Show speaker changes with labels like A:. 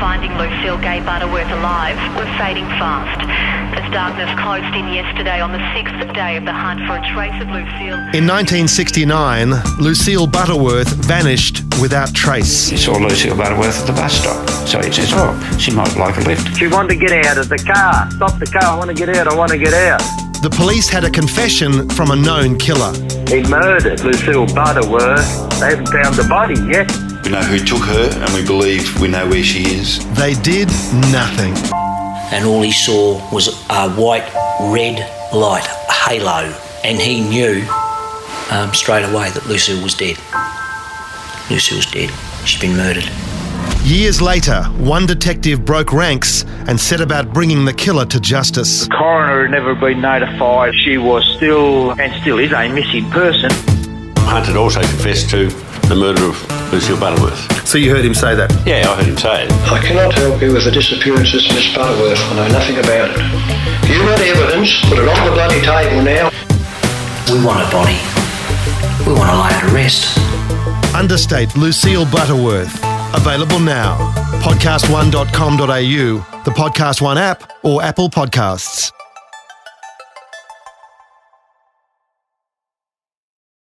A: finding Lucille Gay Butterworth alive were fading fast as darkness closed in yesterday on the sixth day of the hunt for a trace of Lucille.
B: In 1969, Lucille Butterworth vanished without trace.
C: You saw Lucille Butterworth at the bus stop. So he says, oh, she might like a lift.
D: She wanted to get out of the car. Stop the car. I want to get out. I want to get out.
B: The police had a confession from a known killer.
D: He murdered Lucille Butterworth. They haven't found the body yet.
E: We know who took her and we believe we know where she is.
B: They did nothing.
F: and all he saw was a white red light a halo and he knew um, straight away that lucille was dead lucille was dead she'd been murdered
B: Years later, one detective broke ranks and set about bringing the killer to justice.
D: Coroner had never been notified. She was still and still is a missing person.
G: Hunt had also confessed to the murder of Lucille Butterworth.
H: So you heard him say that?
G: Yeah, I heard him say it.
I: I cannot help you with the disappearances, Miss Butterworth. I know nothing about it. You want evidence? Put it on the bloody table now.
F: we want a body we want to lay her to rest
B: Understate Lucille Butterworth. Available now. Podcast1.com.au, the Podcast One app, or Apple Podcasts.